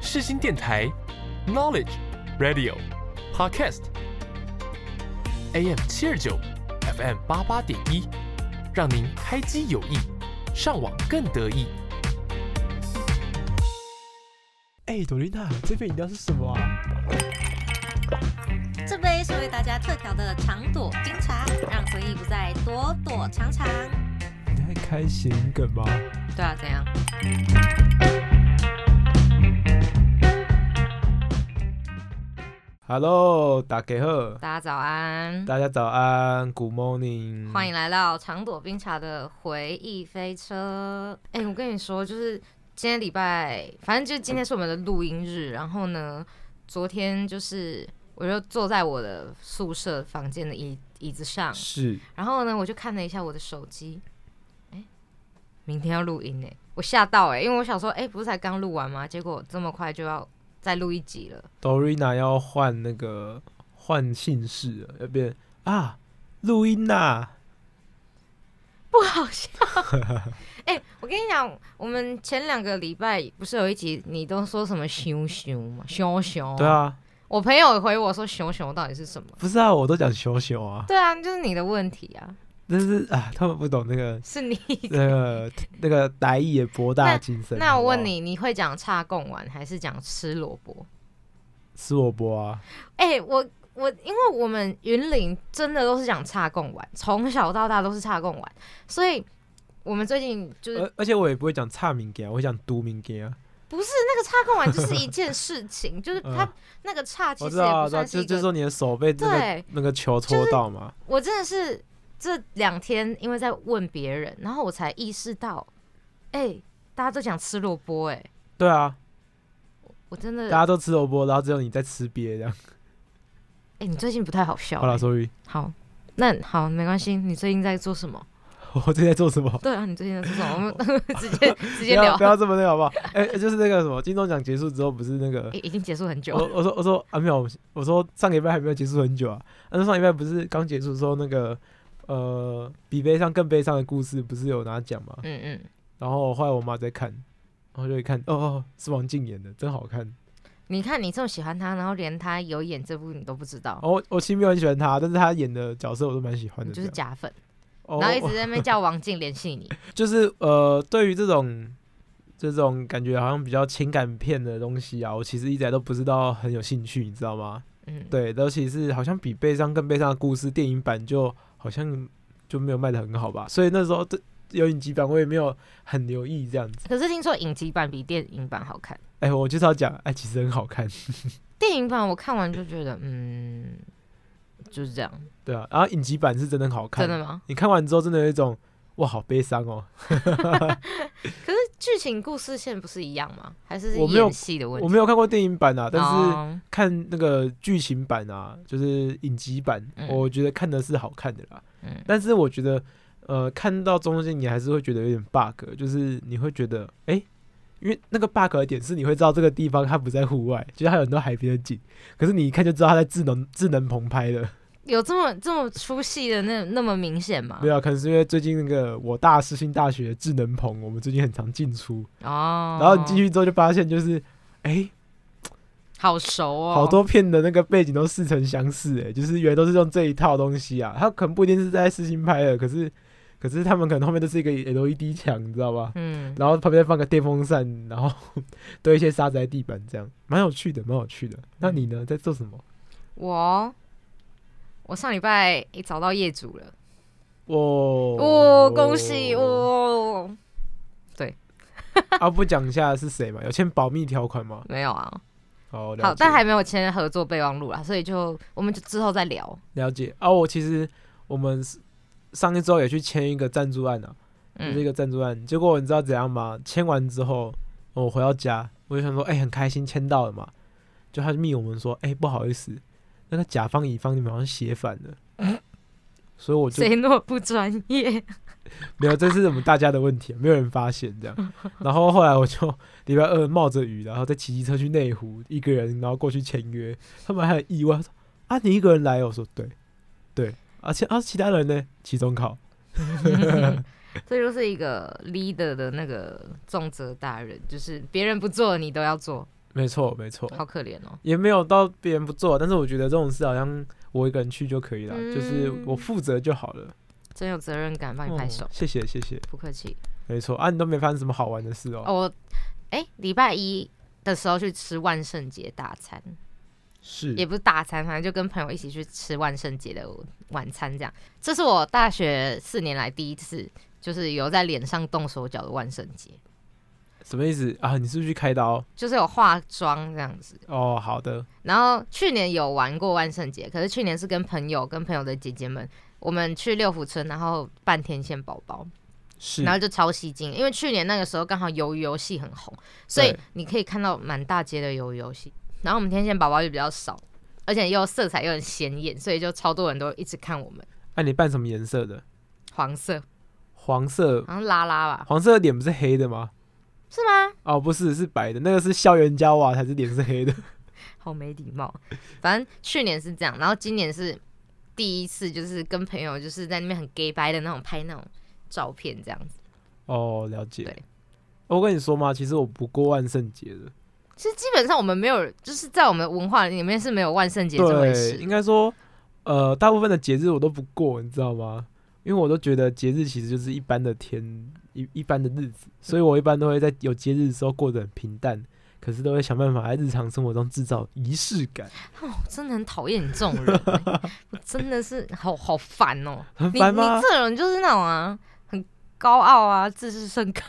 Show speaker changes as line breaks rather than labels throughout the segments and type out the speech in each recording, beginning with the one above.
世新电台 Knowledge Radio Podcast AM 七二九 FM 八八点一，让您开机有意，上网更得意。
哎，朵琳娜，这杯饮料是什么啊？
这杯是为大家特调的长朵冰茶，让回忆不再躲躲藏藏。
你在开谐音梗吗？
对啊，怎样？
Hello，大家好，
大家早安，
大家早安，Good morning，
欢迎来到长朵冰茶的回忆飞车。哎、我跟你说，就是今天礼拜，反正就是今天是我们的录音日。然后呢，昨天就是我就坐在我的宿舍房间的椅椅子上，
是
然后呢，我就看了一下我的手机，哎，明天要录音哎，我吓到哎，因为我想说，哎，不是才刚录完吗？结果这么快就要再录一集了。
Dorina 要换那个换姓氏了，要变啊，录音呐，
不好笑。哎、我跟你讲，我们前两个礼拜不是有一集你都说什么熊熊嘛，熊熊。
对。啊，
我朋友回我说熊熊到底是什么？
不是啊，我都讲熊熊啊，
对啊，就是你的问题啊，
但是啊，他们不懂那个
是你。
那个那个台语的博大精深。
那
好
我
不好
问，你，你会讲叉贡丸还是讲吃萝卜？
是我播啊？
哎、我我因为我们云林真的都是讲叉贡丸，从小到大都是叉贡丸，所以我们最近就是、
而而且我也不会讲差民给啊，我会讲都民给啊。
不是那个叉贡丸就是一件事情， 就是它、
嗯
那个叉其
我
实
知
也
道啊，
不
我知道，
算是
就
一
就是
个，
说你的手被那个
对
那个球戳到嘛。
我真的是这两天因为在问别人，然后我才意识到，哎、大家都讲吃萝卜，哎，
对啊，
我真
大
的，哎、
家都吃萝卜，然后只有你在吃鳖这样。
哎你最近不太好笑、
好了，
哎
所以
好，那好，没关系，你最近在做什么？
我最近在做什么？
对啊，你最近在做什么？我们 直接直
不
接聊
要不。要这么那个好不 好？哎、就是那个什么金钟奖结束之后，不是那个
已已经结束很久
我
了。
我说我说啊没有，我说上礼拜还没有结束很久啊，但是上礼拜不是刚结束的时候那个呃比悲伤更悲伤的故事不是有拿奖嘛？
嗯嗯，
然后后来我妈在看，然后就一看哦哦是王静演的，真好看。
哦你看你这么喜欢他，然后连他有演这部你都不知道，
哦，我我其实没有很喜欢她，但是她演的角色我都蛮喜欢
你
的这
就
样。
是假粉，
哦，
然后一直在那边叫王静联系你。
就是呃，对于这种这种感觉好像比较情感片的东西啊，我其实一直以来都不知道很有兴趣，你知道吗？
嗯，
对，尤其是好像比悲伤更悲伤的故事电影版就好像就没有卖的很好吧，所以那时候这有影集版我也没有很留意这样子。
可是听说影集版比电影版好看，
哎、我就是要讲，哎、其实很好看，
电影版我看完就觉得，嗯，就是这样。
对啊，然后影集版是真的很好看，
真的吗？
你看完之后真的有一种哇，好悲伤哦。
可是剧情故事线不是一样吗？还是是
我没有
演戏的问题？
我没有看过电影版啊，但是。
哦
看那个剧情版啊，就是影集版，
嗯
我觉得看的是好看的啦。
嗯
但是我觉得，呃，看到中间你还是会觉得有点 bug，就是你会觉得，哎、因为那个 bug 的点是你会知道这个地方它不在户外，就是它有很多海边的景，可是你一看就知道它在智能智能棚拍的。
有这么这么出戏的那那么明显吗
没？有，啊可能是因为最近那个我大世新大学的智能棚，我们最近很常进出，
哦，
然后你进去之后就发现就是，哎、
好熟哦，
好多片的那个背景都似曾相识、欸，哎，就是原来都是用这一套东西啊。他可能不一定是在四星拍的，可是可是他们可能后面都是一个 LED 墙，你知道吧？
嗯，
然后旁边放个电风扇，然后 堆一些沙子在地板，这样蛮有趣的，蛮有趣的。那你呢，在做什么？
我哦我上礼拜也找到业主了，
哦
哦，恭喜！哦！
啊，不讲一下是谁嘛？有签保密条款吗？
没有啊，
哦，了
好，
解
但还没有签合作备忘录啦，所以就我们就之后再聊。
了解啊。我其实我们上一周也去签一个赞助案啊，就是一
嗯，
个赞助案。结果你知道怎样吗？签完之后，哦我回到家，我就想说，哎、很开心签到了嘛。就他就密我们说，哎、不好意思，那个甲方乙方你们好像写反了，所以我就
谁那么不专业？
没有，这是我们大家的问题，没有人发现这 样。然后后来我就礼拜二冒着雨，然后再骑机车去内湖，一个人然后过去签约。他们还很意外，他说啊，你一个人来哦？我说对，对，而且啊，其他人呢？期中考，
这就是一个 leader 的那个重责大人，就是别人不做你都要做。
没错没错，
好可怜哦。
也没有到别人不做，但是我觉得这种事好像我一个人去就可以了，就是
嗯
我负责就好了。
真有责任感，帮你拍手
哦，谢谢谢谢，
不客气。
没错啊，你都没发生什么好玩的事哦。
哦，我哎，礼拜一的时候去吃万圣节大餐，
是
嗯
也不是大餐，反啊正就跟朋友一起去吃万圣节的晚餐，这样。这是我大学四年来第一次，就是有在脸上动手脚的万圣节，
什么意思啊？你是不是去开刀？
就是有化妆这样子。
哦，好的，
然后去年有玩过万圣节，可是去年是跟朋友、跟朋友的姐姐们，我们去六福村，然后扮天线宝宝，
是
然后就超吸睛，因为去年那个时候刚好鱿鱼游戏很红，所以
对
你可以看到满大街的鱿鱼游戏。然后我们天线宝宝就比较少，而且又色彩又很鲜艳，所以就超多人都一直看我们。
那、啊你扮什么颜色的？
黄色，
黄色，
好像拉拉吧？
黄色的脸不是黑的吗？
是吗？
哦，不是，是白的，那个是校园交娃才是脸是黑的。
好没礼貌。反正去年是这样，然后今年是第一次，就是跟朋友就是在那边很 gay 白的那种拍那种照片这样子。
哦，了解
对。
我跟你说嘛，其实我不过万圣节的，
其实基本上我们没有，就是在我们的文化里面是没有万圣节这回
对，
事
应。该说，呃，大部分的节日我都不过，你知道吗？因为我都觉得节日其实就是一般的天，一一般的日子，所以我一般都会在有节日的时候过得很平淡，可是都会想办法在日常生活中制造仪式感，
哦，真的很讨厌你这种 人欸、我真的是好好烦哦、
很
你
烦
你
吗？
这人就是那种啊，很高傲啊，自视甚高。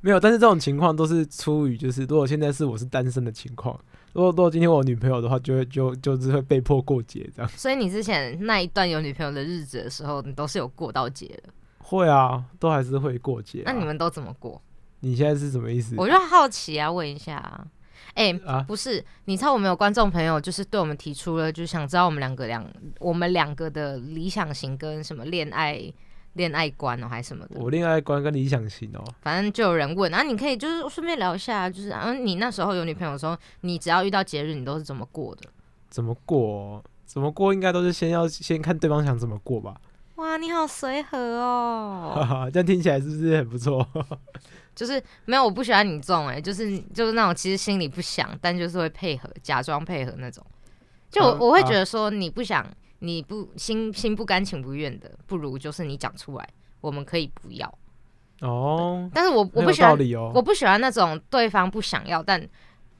没有，但是这种情况都是出于就是，如果现在是我是单身的情况，如果如果今天我有女朋友的话，就会就就是会被迫过节这样。
所以你之前那一段有女朋友的日子的时候，你都是有过到节的。
会啊，都还是会过节、啊。
那你们都怎么过？
你现在是什么意思？
我就好奇啊，问一下啊。哎、
啊，
不是，你知道我们有观众朋友就是对我们提出了，就是想知道我们两个两我们两个的理想型跟什么恋爱恋爱观哦，还是什么的。
我恋爱观跟理想型哦、
反正就有人问，然、啊后你可以就是顺便聊一下，就是啊，你那时候有女朋友的时候，你只要遇到节日，你都是怎么过的？
怎么过？怎么过应该都是先要先看对方想怎么过吧。
哇，你好随和哦，
这样听起来是不是很不 错？
就是没有，我不喜欢你这种哎、就是就是那种其实心里不想，但就是会配合，假装配合那种。就我
嗯
我会
啊
觉得说你不想，你不心心不甘情不愿的，不如就是你讲出来，我们可以不要。
哦，
但是我我
很
不
有
喜
道
欢，
理哦。
我不喜欢那种对方不想要但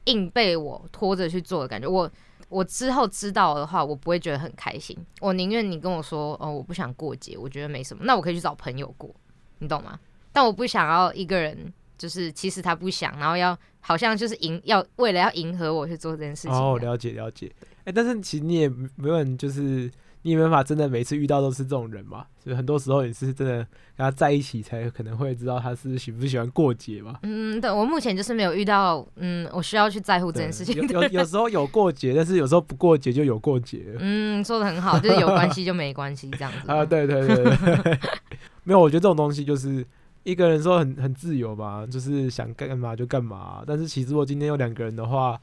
硬被我拖着去做的感觉。我我之后知道的话，我不会觉得很开心。我宁愿你跟我说，哦，我不想过节，我觉得没什么，那我可以去找朋友过，你懂吗？但我不想要一个人，就是其实他不想，然后要好像就是迎要为了要迎合我去做这件事情。
哦，了解了解。哎、但是其实你也没有人，就是你也没办法真的每次遇到都是这种人嘛。所以很多时候也是真的跟他在一起才可能会知道他是喜不喜欢过节嘛。
嗯，对我目前就是没有遇到，嗯，我需要去在乎这件事情
对。有有有时候有过节，但是有时候不过节就有过节了。
嗯，说的很好，就是有关系就没关系这样 子。
啊，对对对对， 没有，我觉得这种东西就是一个人说很很自由嘛，就是想干嘛就干嘛。啊但是其实如果今天有两个人的话，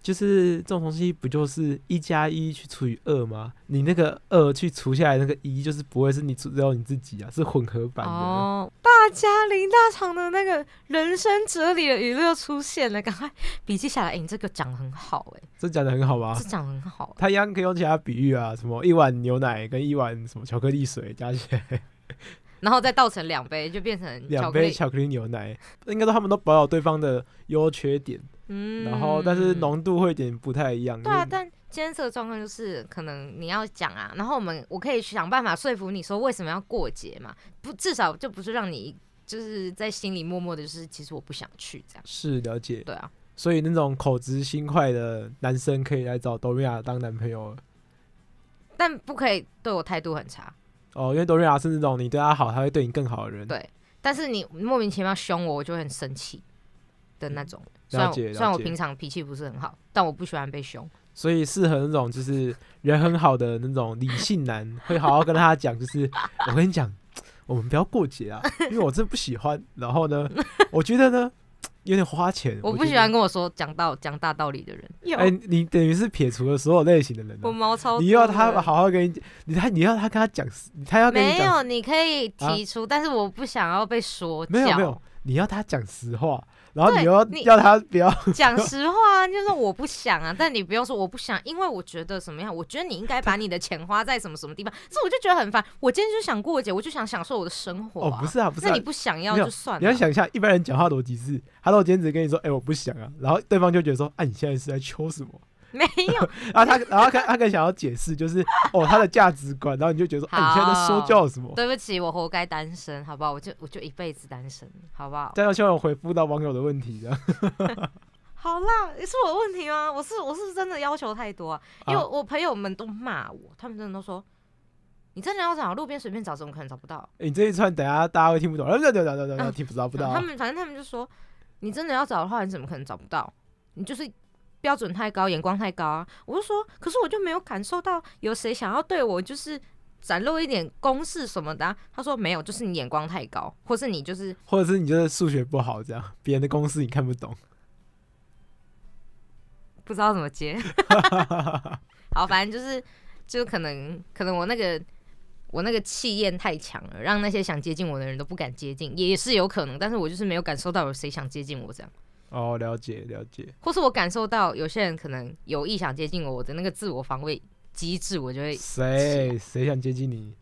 就是这种东西不就是一加一去除以二吗？你那个二去除下来那个一，就是不会是你除掉你自己啊，是混合版的。
哦，大家林大厂的那个人生哲理的语录又出现了，赶快笔记下来。哎、你这个讲得很好、欸，
这讲的很好吗
哎，这？讲得很好、
它一样可以用其他比喻啊，什么一碗牛奶跟一碗什么巧克力水加起来，
然后再倒成两杯，就变成巧
两
克
杯
力。
巧克力牛奶，应该说他们都保有对方的优缺点，
嗯
然后但是浓度会有点不太一样。
对啊，
因为
但今天这个状况就是，可能你要讲啊，然后我们我可以想办法说服你说为什么要过节嘛，不至少就不是让你就是在心里默默的，就是其实我不想去这样。
是了解，
对啊，
所以那种口直心快的男生可以来找多瑞亚当男朋友了
但不可以对我态度很差。
哦，因为多瑞亚是那种你对他好，他会对你更好的人。
对但是你莫名其妙凶我，我就会很生气的那种。虽然
嗯了
我
解
虽
了
然我
解
平常脾气不是很好，但我不喜欢被凶。
所以适合那种就是人很好的那种理性男，会好好跟他讲， 就是我跟你讲，我们不要过节啊，因为我真的不喜欢。然后呢，我觉得呢有点花钱，
我不
觉
喜
得
欢。跟我说讲道讲大道理的人。
哎、你等于是撇除了所有类型的人、
我
啊，
毛超多的。
你又要他好好跟你讲，你他你要他跟他讲，他要跟你
没
讲
有？你可以提出，但是我不想要被说教。
啊没有没有，你要他讲实话，然后
对
你又要
你
要他不要，
讲实话，就是我不想 啊，但你不用说我不想，因为我觉得什么样，我觉得你应该把你的钱花在什么什么地方，这我就觉得很烦。我今天就想过节，我就想享受我的生活、
哦，
啊
不是啊，不是
那
啊
你，不想要
没有
就算了。
你要想一下，一般人讲话逻辑是，他如果今天只跟你说，哎、我不想啊，然后对方就觉得说，啊，你现在是在求什么？
没有？
然后他，然后他他更想要解释， 就是哦，他的价值观，然后你就觉得说，哎、你现在在说教什么？
对不起，我活该单身，好不好？我就我就一辈子单身，好不好？
这样希望回复到网友的问题 的，
好啦，是我的问题吗？我是我是不是真的要求太多啊？因为
啊
我朋友们都骂我，他们真的都说。你真的要找路边随便找，怎么可能找不到？
哎你这一串等下大家会听不 懂，呃然后等等等等
嗯
听不到不
然
到啊
后他，们反正他们就说，你真的要找的话，你怎么可能找不到？你就是标准太高，眼光太高啊！我就说，可是我就没有感受到有谁想要对我就是展露一点攻势什么的、啊。他说没有，就是你眼光太高，或是你就是
或者是你就是数学不好这样，别人的公式你看不懂，
不知道怎 么接。好，反正就是就可能可能我那个我那个气焰太强了，让那些想接近我的人都不敢接近，也是有可能。但是我就是没有感受到有谁想接近我这样，
哦，了解了解，
或是我感受到有些人可能有意想接近我，我的那个自我防卫机制，我就会
谁谁想接近你？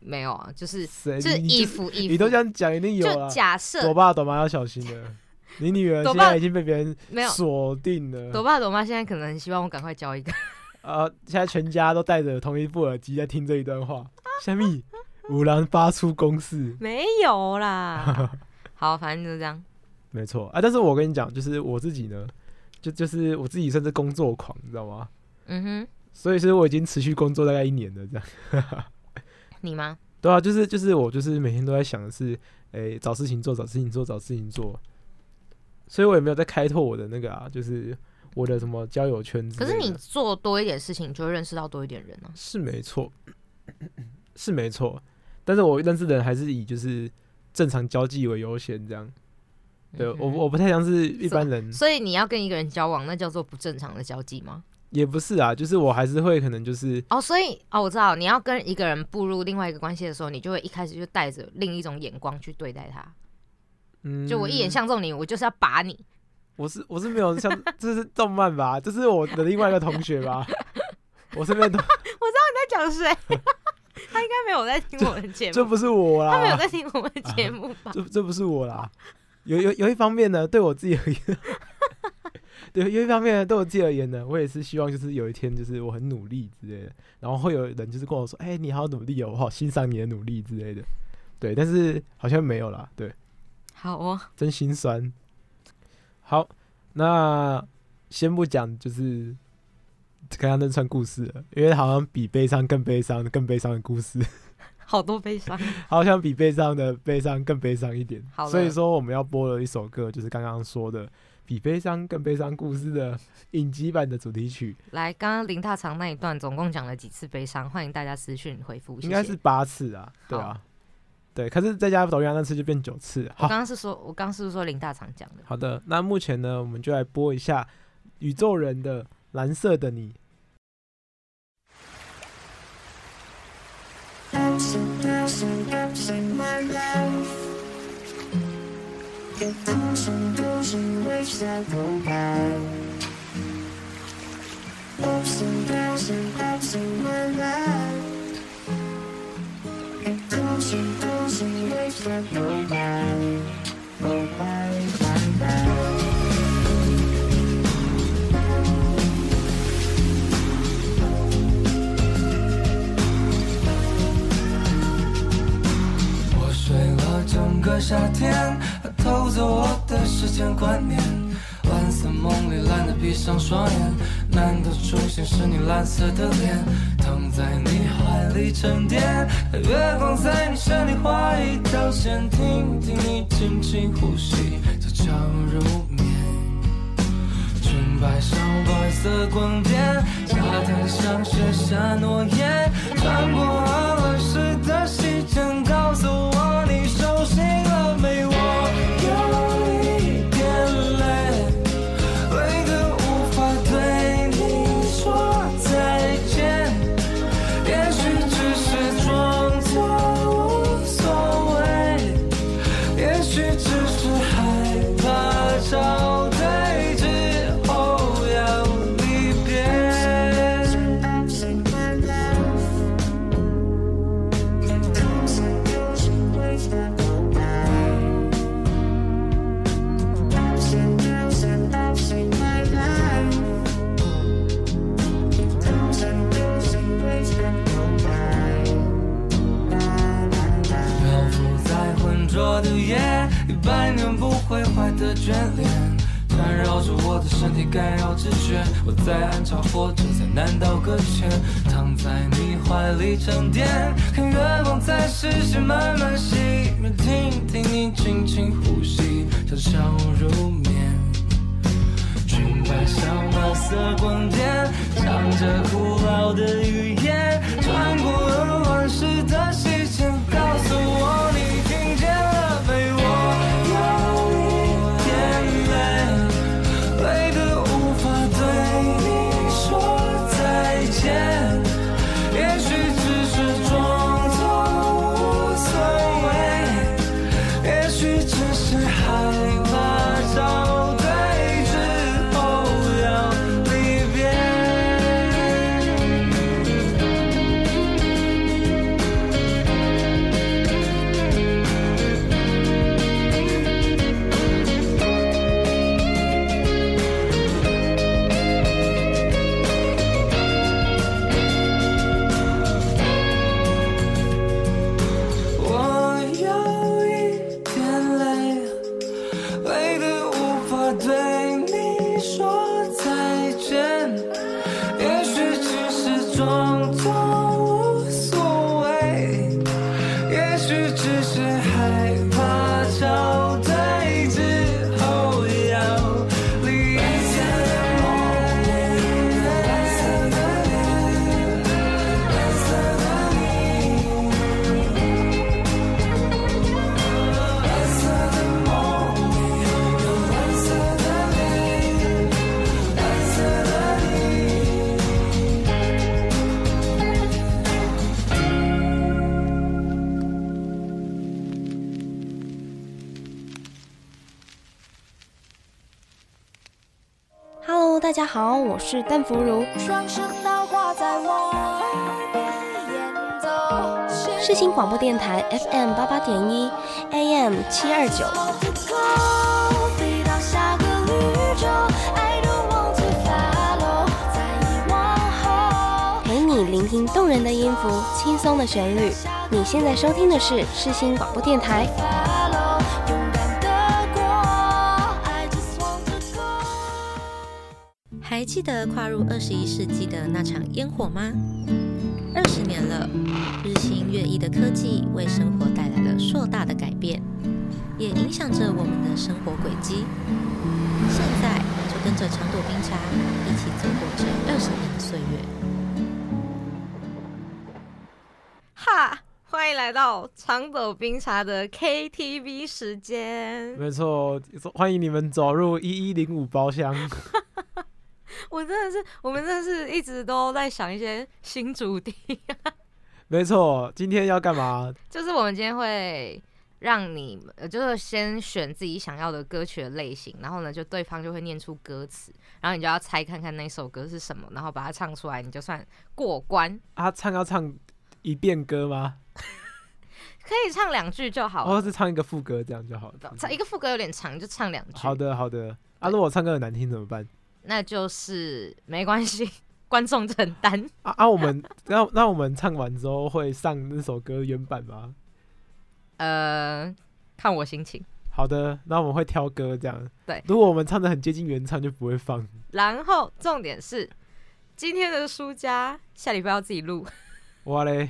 没有啊，就是
谁？
就是
哎你
以
你
服
就
以
你都
服
这，样讲，一定有啊
就
了。
假
朵
设
爸朵妈要小心 了，你女儿
朵
现
爸
在已经被别人
没有。
锁定了
朵。爸朵妈现在可能很希望我赶快交一个，
呃，现在全家都戴着同一副耳机在听这一段 话。虾米，五郎发出攻势，
没 有啦。好，反正就是这样。
没错啊。但是我跟你讲，就是我自己呢，就就是我自己算是工作狂，你知道吗？
嗯
所以是我已经持续工作大概一年了，这样。
哼，你吗？
对啊，就是就是我就是每天都在想的是，诶、找事情做，找事情做，找事情做。所以我也没有在开拓我的那个啊，就是我的什么交友圈子。
可是你做多一点事情，你就会认识到多一点人啊呢、
是没错，是没错，但是我认识的人还是以就是正常交际为优先，这样。对
嗯哼哦
我我不太像是一般人，
所以你要跟一个人交往，那叫做不正常的交际吗？
也不是啊，就是我还是会可能就是
哦，所以哦，我知道你要跟一个人步入另外一个关系的时候，你就会一开始就带着另一种眼光去对待他。
嗯，
就我一眼，相中你，我就是要把你。
我是我是没有像这是动漫吧，这是我的另外一个同学 吧，我身边的
在讲谁？他应该没有在听我们节
这
目，
不啊是我
他没有
啦，
在听我们节目吧？
这这不是我啦，有有有一方面呢，对我自己而言， 对有一方面呢，对我自己而言呢，我也是希望就是有一天就是我很努力之类的，然后会有人就是跟我说，哎、你好努力哦，我好欣赏你的努力之类的，对，但是好像没有啦，对。
好哦，
真心酸。好，那先不讲，就是刚刚那串故事了，因为好像比悲伤更悲伤、更悲伤的故事，
好多悲伤。
好像比悲伤的悲伤更悲伤一点
好。了
所以说，我们要播了一首歌，就是刚刚说的比悲伤更悲伤故事的影集版的主题曲，
来，刚刚林大长那一段总共讲了几次悲伤？欢迎大家私讯回复。谢
应该
谢
是八次啊，对啊，对。可是再加抖音那次就变九次。
我
好，
刚刚是说，我刚刚是不是说林大长讲的？
好的，那目前呢，我们就来播一下宇宙人的《蓝色的你》。
ups and downs and ups in my life. It comes and goes in waves that go by. Ups and downs and ups in my life. It comes and goes in waves that go by. Go by, by, by.
Bye. 身体干扰知觉。我在暗潮活着，在南岛搁浅，躺在你怀里沉淀，看月光在视线慢慢熄灭，听听你轻轻呼吸，想象入眠。裙摆上白色光点，唱着古老的语言，穿过鹅卵石的细线，告诉我你听见了没？我有一点累，累得无法对你说再见。也许只是装作无所谓。也许只是害怕找对之后要离别。我有一点累，累得无法对你说再见。也许只是装作无所谓，也许只是害怕找对之后要离别。蓝色的脸，蓝色的你。蓝色的梦里有蓝色的泪，蓝色的你。
Hello，大家好，我是邓福如。
双声道挂在我的眼中，
世新广播电台 FM 八八点一，AM 七二九。
我不够飞到下个宇宙，I don't want to follow，在遗忘后。
陪你聆听动人的音符，轻松的旋律。你现在收听的是世新广播电台。
follow，勇敢的过，I just want to go。
还记得跨入二十一世纪的那场烟火吗？二十年了，日新月异的科技为生活带来了硕大的改变，也影响着我们的生活轨迹。现在就跟着长朵冰茶一起走过这二十年的岁月。
哈，欢迎来到长斗冰茶的 KTV 时间。
没错，欢迎你们走入一一零五包厢。
我真的是，我们真的是一直都在想一些新主题，
没错，今天要干嘛？
就是我们今天会让你们，呃就是先选自己想要的歌曲的类型，然后呢，就对方就会念出歌词，然后你就要猜看看那首歌是什么，然后把它唱出来，你就算过关，
啊，唱要唱一遍歌吗？
可以唱两句就好
或
了。
者是唱一个副歌这样就好了。
唱一个副歌有点长，就唱两句。
好的，好的。啊，如果我唱歌很难听怎么办？
那就是没关系， 观众承担。
啊啊，我 们那那我们唱完之后会上那首歌原版吗？
呃，看我心情。
好的，那我们会挑歌这样。
对
如果我们唱的很接近原唱就不会放。
然后重点是今天的输家，下礼拜要自己录，
哇嘞，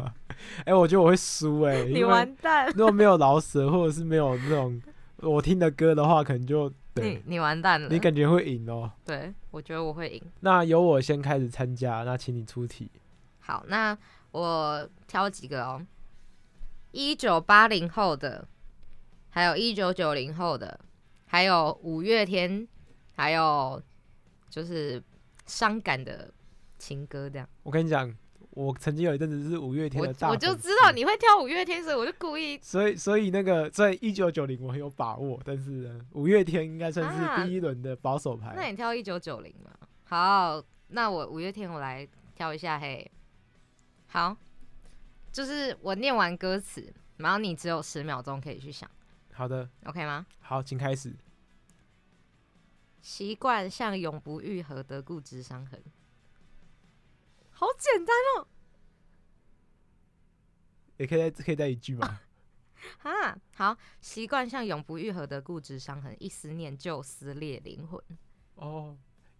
哎、我觉得我会输哎、因为
你完蛋，
如果没有老舍或者是没有那种我听的歌的话，可能就对
你你完蛋了。
你感觉会赢哦。
对，我觉得我会赢。
那由我先开始参加，那请你出题。
好，那我挑几个哦，一九八零后的，还有一九九零后的，还有五月天，还有就是伤感的情歌这样。
我跟你讲，我曾经有一阵子是五月天
我
的大
我就
粉
知道
丝
你会挑五月天，所以我就故意
所以，所以那个在一九九零我很有把握，但是呢，五月天应该算是
啊
第一轮的保守牌。
那你挑一九九零嘛？好，那我五月天我来挑一下嘿。好，就是我念完歌词，然后你只有十秒钟可以去想
好的，
，OK 吗？
好，请开始。
习惯像永不愈合的固执伤痕，好简单哦
也可以再可以再一句吗？
哈。好，习惯像永不愈合的固执伤痕，一思念就撕裂灵魂。
哦，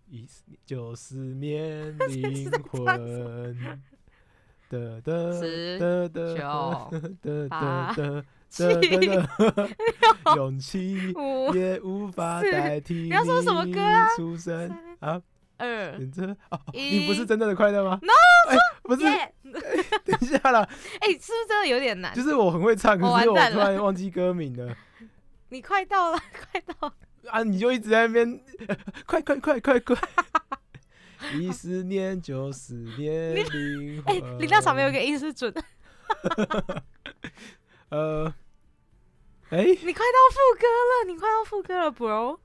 一四就是面
是
灵
在
魂
唱什。
的的
十
的的
九
的
八
的的
七
的的 勇气
五
也无法
四
代替
要说什么歌啊
你出生啊，
二
你这哦，
一
你不是真正的快乐吗？No，不是，
耶！
等一下啦，
哎，是不是真的有点难
就？是我很会唱，
我
可
完
是我
蛋
突
了
然忘记歌名了
你快到了， 快到了，
啊！你就一直在那边， 快快快快 快！一四年九四年灵
哎，
魂，
林大嫂没有一个音是准的，
呃，哎，
你快到副歌了，你快到副歌了，bro。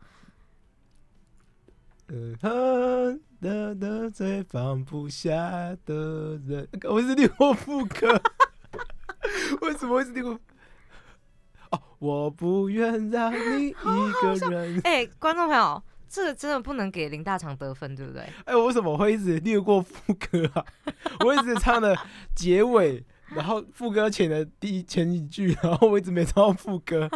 呃，哼的的最放不下的人，我是六副 歌，为什么会是六？哦，我不愿让你一个人。
哎，观众朋友，这个真的不能给林大厂得分，对不对？
哎、我为什么会一直略过副歌啊？我一直唱的结尾，然后副歌前的第一前几句，然后我一直没唱到副歌，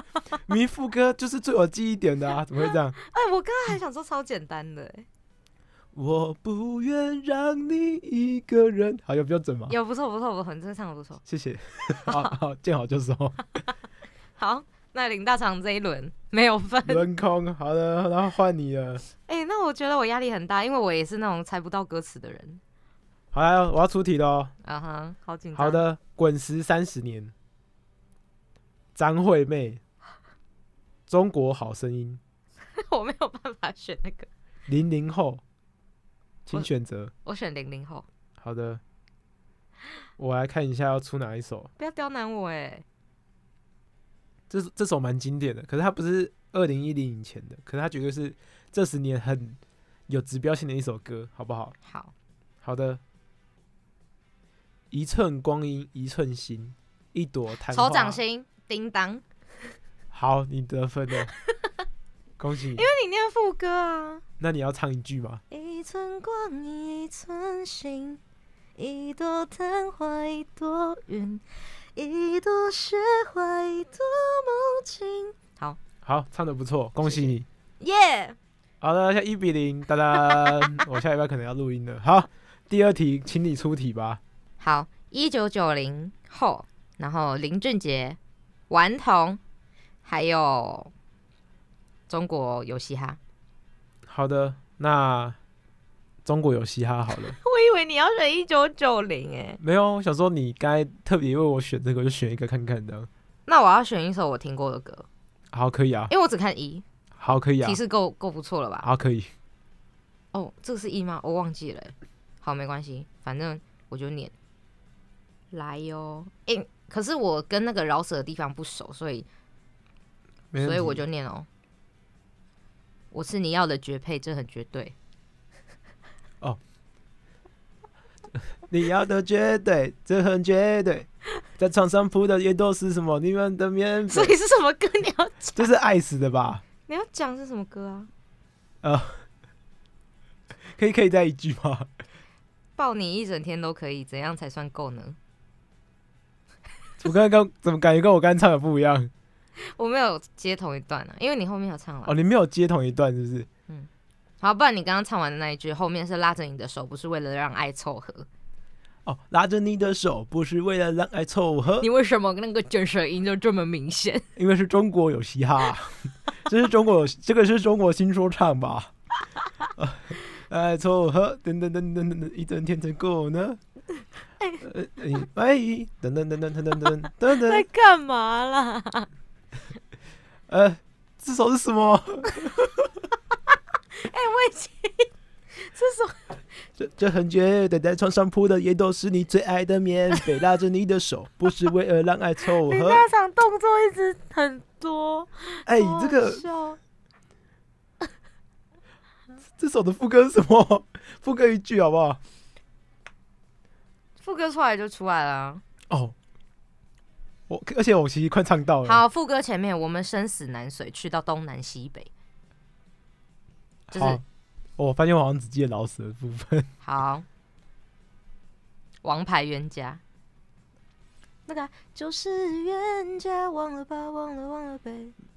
明明副歌就是最有记忆点的啊，怎么会这样？
哎，我刚刚还想说超简单的，哎
我不愿让你一个人，好，有比较准吗？
有不错不错不错，你真的唱的不错。
谢谢，好好见好就收，
好，那林大厂这一轮没 有分。
轮空，好的，然后换你了。
哎、那我觉得我压力很大，因为我也是那种猜不到歌词的人。
好来哦，我要出题了哦。
啊哈，好紧张。
好，的，滚石三十年，张惠妹，中国好声音，
我没有办法选那个，
零零后，请
我
选择。
我选零零后。
好的，我来看一下要出哪一首。
不要刁难我哎、
这这首蛮经典的，可是它不是二零一零以前的，可是它绝对是这十年很有指标性的一首歌，好不好？
好，
好的，一寸光阴一寸心，一朵昙花。
手掌。心，叮当。因
好，你得分了，恭 喜你。
为你念副歌啊。
那你要唱一句吗？
一寸光阴一寸心，一朵昙花一朵云，一朵雪花一朵梦境。
好，唱的不错，恭喜你。
耶、
好的，现在一比零，哒哒。我下礼拜可能要录音了。好，第二题，请你出题吧。
好，一九九零后，然后林俊杰、顽童，还有中国有嘻哈。
好的，那中国有嘻哈好了。
我以为你要选一九九零哎，
没有，我想说你该特别为我选这个，我就选一个看看的。
那我要选一首我听过的歌，
好，可以啊。
因为我只看一、
好，可以啊
提。示够够不错了吧？
好，可以。
哦，这个是 E 吗？我忘记了欸。好，没关系，反正我就念来哟。诶、可是我跟那个饶舌的地方不熟，所以
没问
所以我
题
就念哦。我是你要的绝配，这很绝 对。
你要的绝对，这很绝对。在床上铺的也都是什么？你们的棉
所
被，
以是什么歌？你要
这是爱死的吧？
你要讲是什么歌啊？
可以，可以再一句吗？
抱你一整天都可以，怎样才算够呢？
我刚刚怎么感觉跟我刚刚唱的不一样？
我没有接同一段啊，因为你后面有唱完。
哦，你没有接同一段是不是？
好，不然你刚刚唱完的那一句后面是拉着你的手，不是为了让爱凑合。
哦，拉着你的手不是为了让爱凑合
你，为什么那个卷舌音就这么明显？
因为是中国有嘻哈， 这是中国有这个是中国新说唱 吧？爱凑合，等等等等等等，一整天才够呢。呃，哎，等等等等等等等等等，
干嘛啦？
呃，这首是什 么？
哎这首
这这很绝对，在床上铺的也都是你最爱的棉被，拉着你的手不是为了让爱凑
林
合。
大厂动作一直很多，
哎，这个 这首的副歌是什么？ 副歌一句好不好？
副歌出来就出来了啊。
哦，我而且我其实快唱到了。
好，副歌前面我们生死难随，去到东南西北，就是
好，哦我发现我好像只记得老死的部分。
好，王牌冤家，
那个啊就是冤家，忘了吧，忘了忘了呗。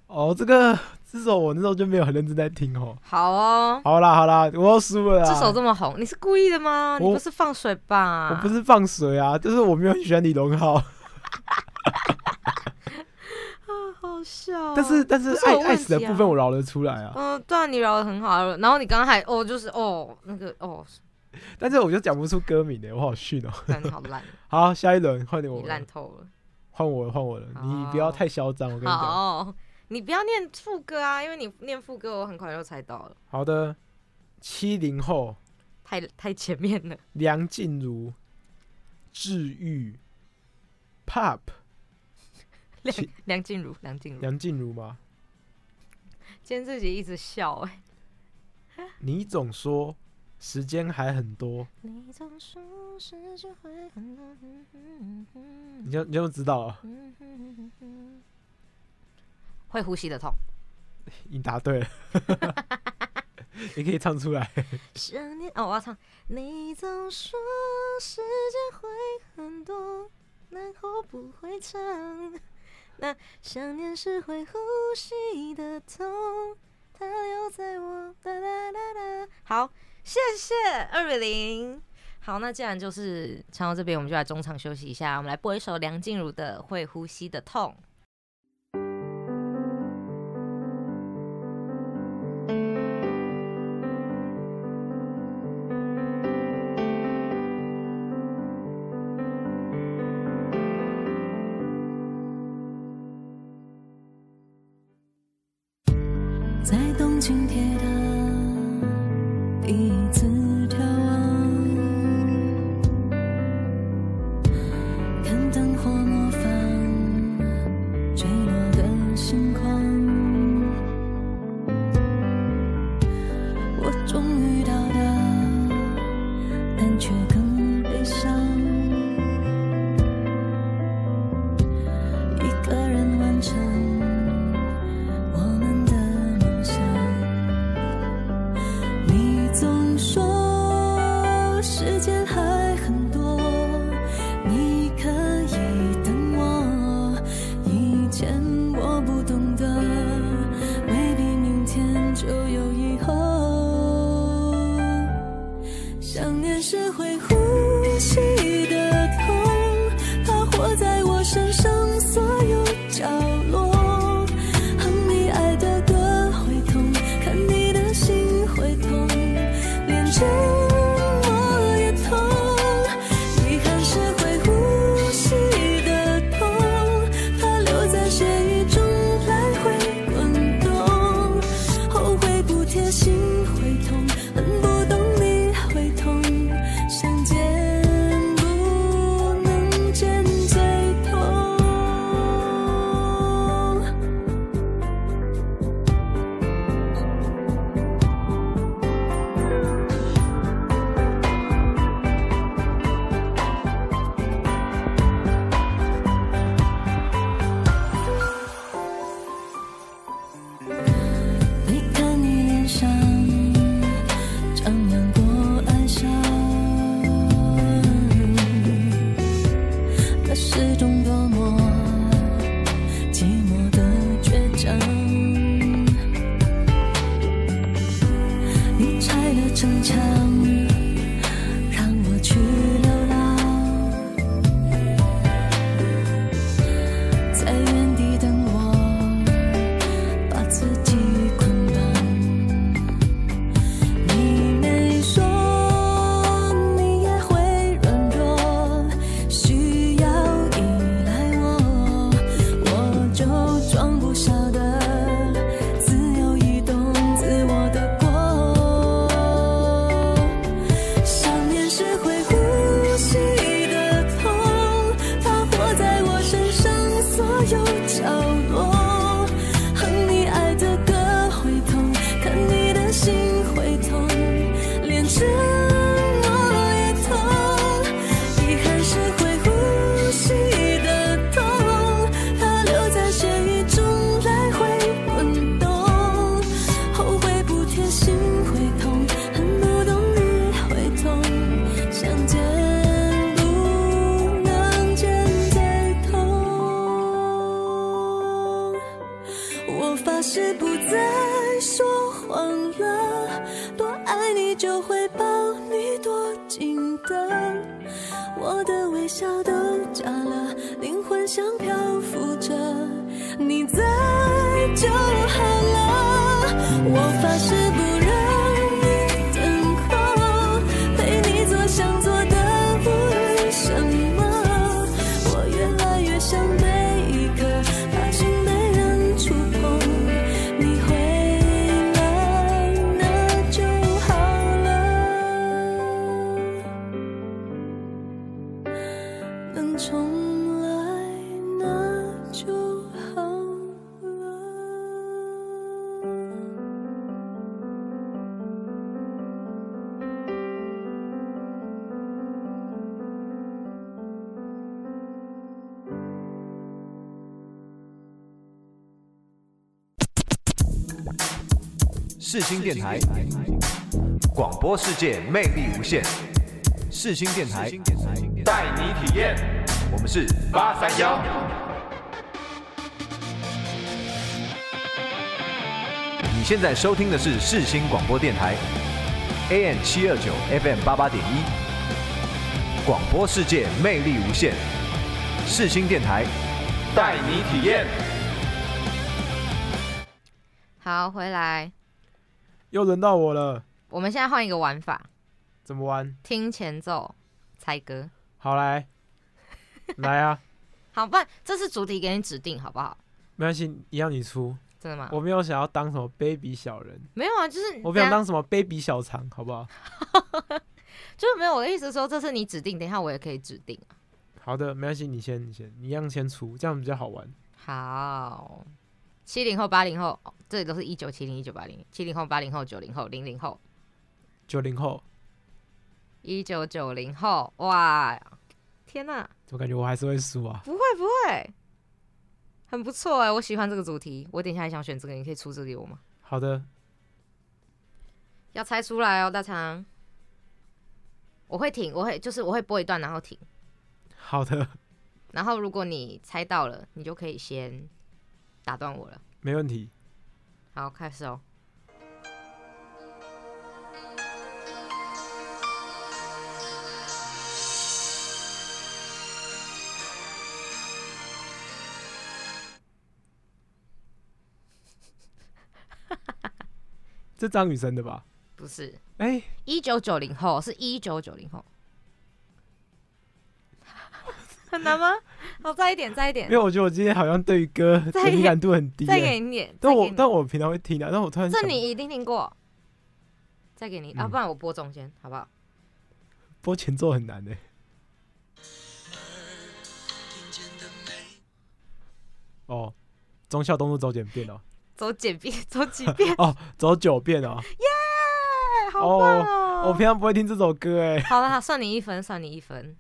哦，这个这首我那时候就没有很认真在听哦。
好哦，
好啦好啦，我要输了啦。
这首这么红，你是故意的吗？你
我
不是放水吧？
我不，是放水啊，就是我没有很喜欢李荣浩，
哦好笑哦。
但是但是
不是
爱
我问
爱死的
题啊
部分我饶得出来啊，
嗯，对啊，你聊的很好，然后你刚刚还哦，就是哦，那个哦，
但是我就讲不出歌名的，我好逊哦。
感觉好烂，
好，下一轮换你我
你烂
了，
透了。
换我了，换我了，你不要太嚣张，我跟你讲。
好，你不要念副歌啊，因为你念副歌，我很快就猜到了，
好的，七零后
太太前面了。
梁静茹，治愈，Pop
梁
其
梁静茹，梁静茹，
梁静茹吗？
今天自己一直笑哎、
你总说时间还很多，
你总说时间会很多嗯嗯嗯
你就你就知道了，
嗯嗯嗯
会呼吸的痛，
你答对了， 你可以唱出来。
想念哦，我要唱。你总说时间会很多，然后不会长。那想念是会呼吸的痛，它留在我。哒哒哒哒。
好，谢谢二比零。好，那既然就是唱到这边，我们就来中场休息一下。我们来播一首梁静茹的《会呼吸的痛》。
在东京铁塔第一次眺望，看灯火模仿坠落的星光。我终于到达，但却更悲伤。一个人完成。我们的梦想。你总说时间还很多，你可以等我。以前我不懂得，未必明天就有以后。想念是会呼吸的痛，它活在我身上所有角落。哼你爱的歌会痛，看你的心会痛，连沉默也痛。遗憾是会呼吸的痛，它留在血液中来回滚动。后悔不贴心会痛，恨不懂你会痛，想见不能见最痛。没看你脸上张扬过哀伤，那是种多么寂寞的倔强。你拆了城墙，让我去流浪，在原地等我。把自己捆绑。你没说你也会软弱，需要依赖我，我就装不晓得，自由移动，自我的过。想念是会呼吸的痛，它活在我身上所有角落。哼你爱的歌会痛，看你的心会痛，连沉默也痛。遗憾是会呼吸的痛，它留在血液中来回滚动。后悔不贴心会痛，恨不懂你会痛，想见不能见最痛。我发你就会抱你多紧的，我的微笑都假了，灵魂像漂浮着，你在就好了。我发誓不让你等候，陪你做想做的为什么？我越来越想每一个怕心被人触碰，你回来那就好了。能重来，那就好了。
世新电台，广播世界魅力无限。世新电台，带你体验。我们是八三幺。你现在收听的是世新广播电台，AM 七二九 FM 八八点一，广播世界魅力无限。世新电台，带你体验。
好，回来，
又轮到我了，
我们现在换一个玩法，
怎么玩？
听前奏，猜歌。
好来，来啊，
好，不然这是主题给你指定，好不好？
没关系，一样你出。
真的吗？
我没有想要当什么 baby 小人，
没有啊，就是
我不想当什么 baby 小肠，好不好？
等一下，就是没有我的意思说，这是你指定，等一下我也可以指定。
好的，没关系，你先，你先，你一样先出，这样比较好玩。
好，七零后、八零后，哦这里都是一九七零、一九八零、七零后、八零后、九零后、零零后、
九零后，
一九九零后，哇，天哪、
怎么感觉我还是会输啊？
不会不会，很不错哎、我喜欢这个主题。我等一下还想选这个，你可以出这个给我吗？
好的，
要猜出来哦，大肠。我会停，我会就是我会播一段，然后停。
好的，
然后如果你猜到了，你就可以先打断我了。
没问题。
好，开始哦。
这张雨生的吧？
不是，
哎、
一九九零后，是一九九零后。 很难吗？好，再一点，再一点
因为，我觉得我今天好像对于歌
再给
敏感度很低、
再
欸
给你一点。
但
再
我
给你
但我平常会听啊的、但我突然
这
想
你一定听过。再给你啊，
嗯
不然我播中间好不好？
播前奏很难的、哦，忠孝东路走简遍哦，，
走几遍，走几遍
哦，走九遍哦。
哎，好棒
我
哦！
平常不会听这首歌哎、
好了，好算你一分，算你一分。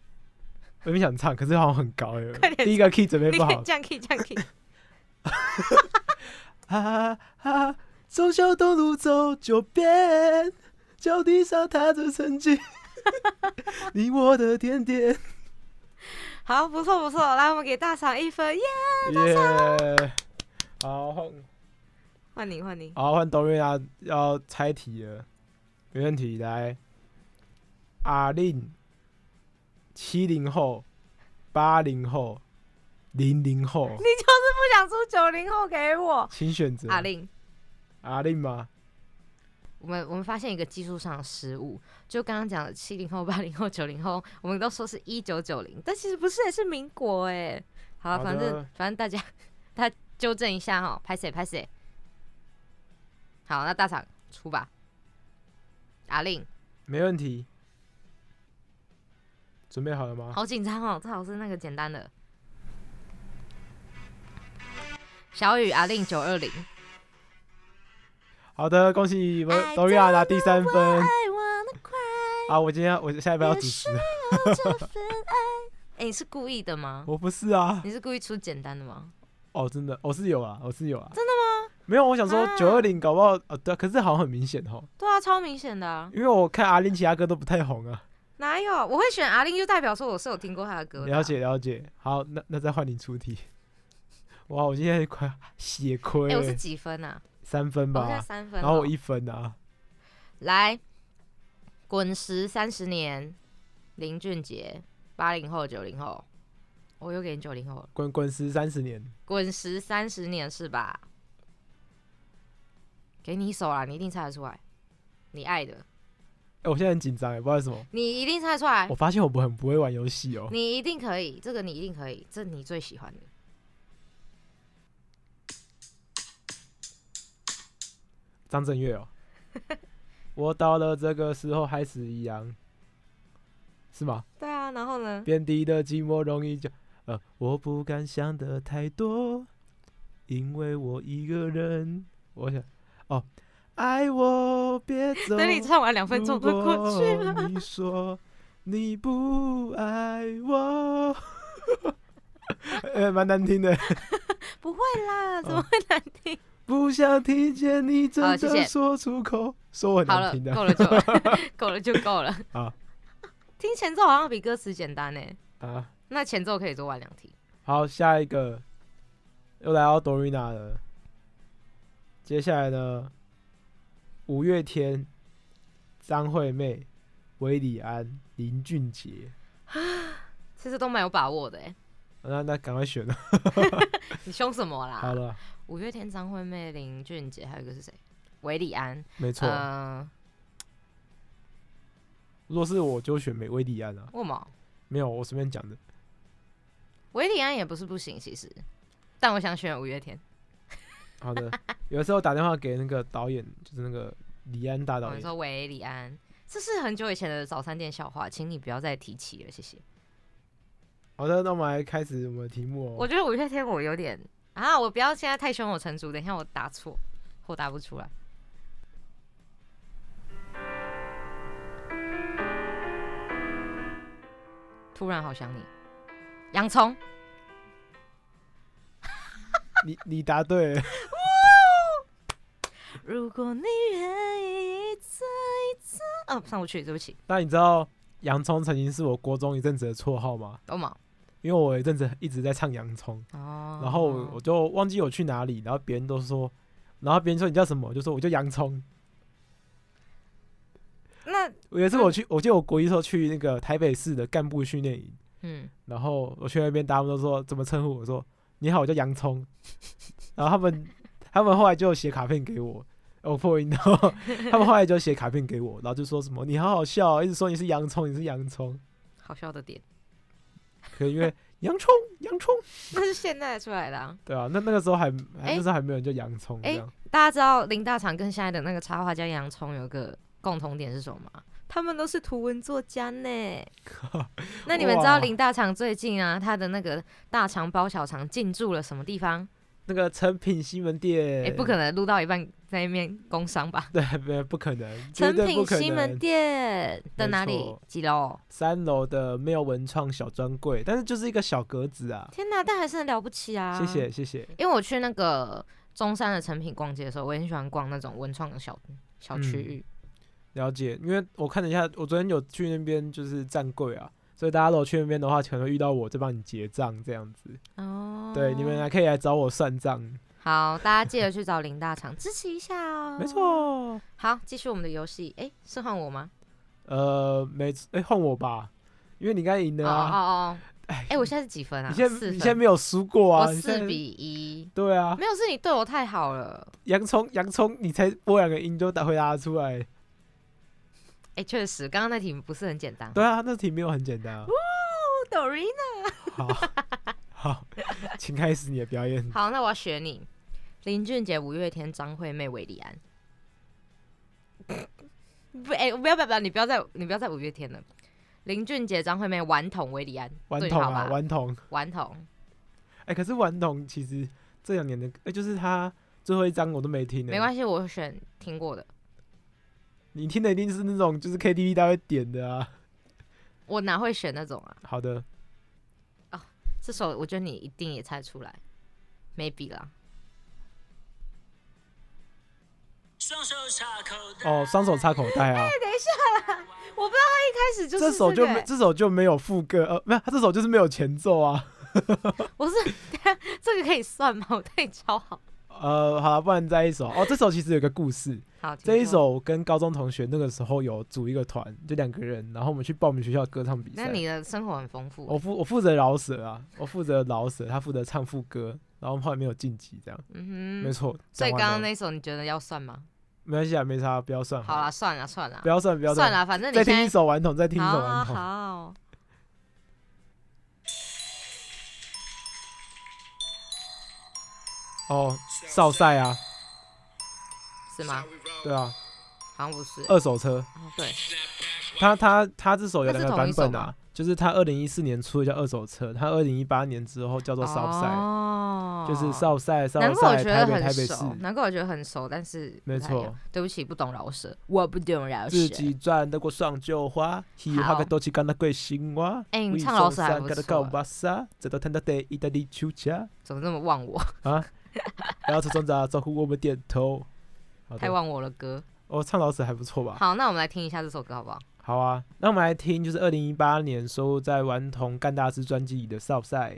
我没想唱，可是好像很高哎、
快点
第一个 key 准备
你
不
可
好
以，这样，可以这样，可以。
哈哈哈哈！忠孝东路走九遍，脚底上踏着曾 经，你我的点点。
好，不错不错，来，我们给大赏一分，耶！
耶、好换
换你，换你。
好换董瑞啊，要猜题了，没问题，来。阿令，七零后，八零后，零零后，
你就是不想出九零后给我。
请选择
阿，令，
阿令吗？
我们我们发现一个技术上的失误，就刚刚讲的七零后、八零后、九零后，我们都说是一九九零，但其实不是，是民国哎。好了，
好的
反正反正大家 大家纠正一下哈，拍谁拍谁。好，那大厂出吧。阿令，
没问题。准备好了吗？
好紧张哦，最好是那个简单的。小雨阿令九二零，
好的，恭喜我
爱
们董瑞啊拿第三
真的
分。
I wanna cry，
啊，我今天我下一班要主持，
有这份爱。
哎，你是故意的吗？
我不是啊。
你是故意出简单的吗？
哦，真的，我是有啊，我是有啊。真的吗？没有，我想说九二零搞不好，呃、对啊，可是好像很明显哦，
对啊，超明显的、啊，
因为我看阿林其他歌都不太红啊。
哪有？我会选阿令，就代表说我是有听过他的歌的啊、
了解了解，好，那那再换你出题。 哇，我今天快血亏
哎、
了、
我是几分啊？
三分
我现在
吧，
三分哦、
然后我一分啊，
来，滚石三十年，林俊杰，八零后、九零后，我又给你九零后了。
滚滚石三十年，
滚石三十年是吧？给你一首啦，你一定猜得出来，你爱的，
哎、我现在很紧张，哎，不知道为什么。
你一定猜得出来
我，发现我不很不会玩游戏哦。
你一定可以，这个你一定可以，这你最喜欢的。
张震 岳哦，我到了这个时候还是一样，是吗？
对啊，然后呢？
遍地的寂寞容易就，呃，我不敢想的太多，因为我一个人。我想，哦，爱我别走。
等你唱完两分钟都过去
啊如
了，
果你说你不爱我， 呃，蛮难听 的。
不会啦，怎么
哦
会难听？
不想听见你真
好谢谢
的说出口，说我很
好
难
了，
听的。啊
够了就够了就够 了。
好，
听前奏好像比歌词简单呢。欸
啊，
那前奏可以多玩两题。
好，下一个又来到 Dorina 了。接下来呢，五月天、张惠妹、韦礼安、林俊杰。哦
其实都蛮有把握的哎，
那那赶快选了。
你凶什么啦？
好，了，
五月天、张惠妹、林俊杰，还有一个是谁？韦礼安。
没错。
嗯，
如果是我就选美韦礼安啊，
为什么？
没有，我随便讲的。
韦礼安也不是不行，其实，但我想选五月天。
好 的，有的时候打电话给那个导演，就是那个李安大
我
导
们
演。
哦说韦礼安，这是很久以前的早餐店笑话，请你不要再提起了，谢谢。
好的，那我们来开始我们的题目
我
哦。
觉得五月天我有点啊，我不要现在太胸有成竹，等一下我答错或答不出来。突然好想你，洋葱，
你你答对了，
如果你愿意一次一次，哦，上不去，对不起，
那你知道洋葱曾经是我国中一阵子的绰号吗？
懂吗？
因为我有一阵子一直在唱洋葱，
哦，
然后我我就忘记我去哪里，然后别人都说，然后别人说你叫什么，我就说我叫洋葱。
那
有一次我去，我记得我国一时候去那个台北市的干部训练营，
嗯，
然后我去那边，大家都说怎么称呼，我说你好，我叫洋葱。 然后他们他们后来就写卡片给我，我破音，然后他们后来就写卡片给我，然后就说什么你好好笑、哦，一直说你是洋葱，你是洋葱，
好笑的点，
可能因为洋葱洋葱，
那是现在出来的、啊。
对啊，那那个时候还还
哎
那时候还没有人叫洋葱这
哎
样，
大家知道林大厂跟现在的那个插画家洋葱有个共同点是什么吗？他们都是图文作 家呢。那你们知道
哇
林大厂最近啊，他的那个大肠包小肠进驻了什么地方？
那个成品西门
哎、
店，
不可能录到一半在那边工商吧？
对，没不可能，绝
成
对不
品
可
西门
能。
店的
没
哪里
错？
几楼？
三楼的没有文创小专柜，但是就是一个小格子啊。
天哪，但还是很了不起啊！
谢谢。谢谢，
因为我去那个中山的成品逛街的时候，我很喜欢逛那种文创的小小区域。
了解。因为我看了一下，我昨天有去那边就是站柜啊，所以大家如果去那边的话，可能会遇到我在帮你结账这样子。
哦，
嗯对，你们还可以来找我算账，
好，大家记得去找林大厂支持一下哦。
没。错。
好，继续我们的游戏。哎、是换我吗？
呃，没错，哎，换我吧，因为你刚才赢
哦
了
哦
啊，
哦。
哎
哎、我现在是几分啊？
你现在
四
你
分。
现在没有输过啊，
我
你现
四
在
比一。
对啊，
没有，是你对我太好了。
洋葱洋葱，你才播两个音就打回答出来，
哎、确实，刚刚那题不是很简单。
对啊，那题没有很简单啊。
抖音。
好 好，请开始你的表演。
好，那我要选你。林俊杰、五月天、张惠妹、韦礼安。 不，哎、不要不要不要，你不要再你不要再五月天了。林俊杰、张惠妹、顽童、韦礼安，
顽
对
童
好
啊，
吧？
顽童，
顽童，
哎、可是顽童其实这两年的，哎、就是他最后一张我都没听呢、
没关系，我选听过的。
你听的一定是那种就是 KTV 他会点的啊。
我哪会选那种啊？
好的，
这首我觉得你一定也猜出来，maybe 啦。
哦，双手插口袋 啊，
我不知道他一开始就是
这首就
个
没
欸
这首就没有副歌，呃，没有，他这首就是没有前奏啊。
我是这个可以算吗？我对你超好，
呃，好了，不然再一首哦。这首其实有个故事，
好，请
这一
说。
首跟高中同学那个时候有组一个团，就两个人，然后我们去报名学校的歌唱比
那
赛。
你的生活很丰富
我
欸，
负我负责饶舌啊，我负责饶舌，他负责唱副歌，然后后来没有晋级，这样、
嗯
没
哼。
错。
所以
讲完
刚刚
了
那首你觉得要算吗？
没关系啊，没差，不要算
好
了
啦，算了算了
不，要算，不要
算了，反正你
再
现
听一
在
首顽童，再听一首
好
顽
好
童。
好。
哦，少赛啊，
是吗？
对啊，
好像不是欸。
二手车，
哦对，
他他他这首有
那
两
是
个
同
版
一首
本
吗
啊，就是他二零一四年出的叫二手车，他二零一八年之后叫做少赛。
哦，
就是。少赛、少
难怪我
赛、
觉
台
得
北、台
很
北市，
熟，难怪我觉得很熟，但是不
没
太一样
错。
对不起，不懂饶舌，我不懂饶
自
舌。
己赚得过上就花，喜欢个多起干那贵心哇。
哎你
为
唱老
送
师还
上
不
干得
错
高巴萨，这都谈到得意大利球 家，
怎么这么忘我？
然后从中长招呼我们点头。好
太
的，
忘我了歌。
我、唱老师还不错吧？
好，那我们来听一下这首歌好不好？
好啊，那我们来听就是二零一八年收录在《顽童干大事》专辑里的《少赛》。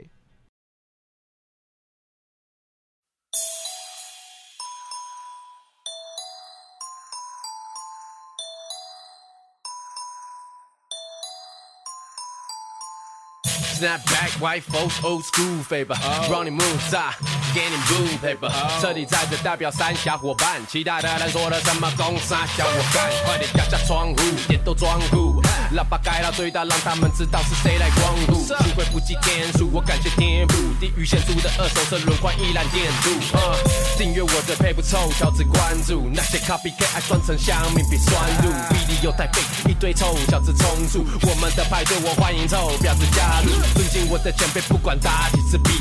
Snap back, white folks, old school favor，、让你 move 炸，给你 blue paper、这里站着代表三峡伙伴，其他的人说的什么攻杀小我干，快点压下窗户，点都装酷，喇叭盖到最大，让他们知道是谁来光顾。富贵不计天数，我感谢天赋，地狱限速的二手车轮换依然电镀。啊订阅我的配不臭，小子关注那些 copycat 爱装成香蜜比酸入，比利又太废，一堆臭小子冲入我们的派对，我欢迎臭婊子加入。尊敬我的前辈，不管打几次比，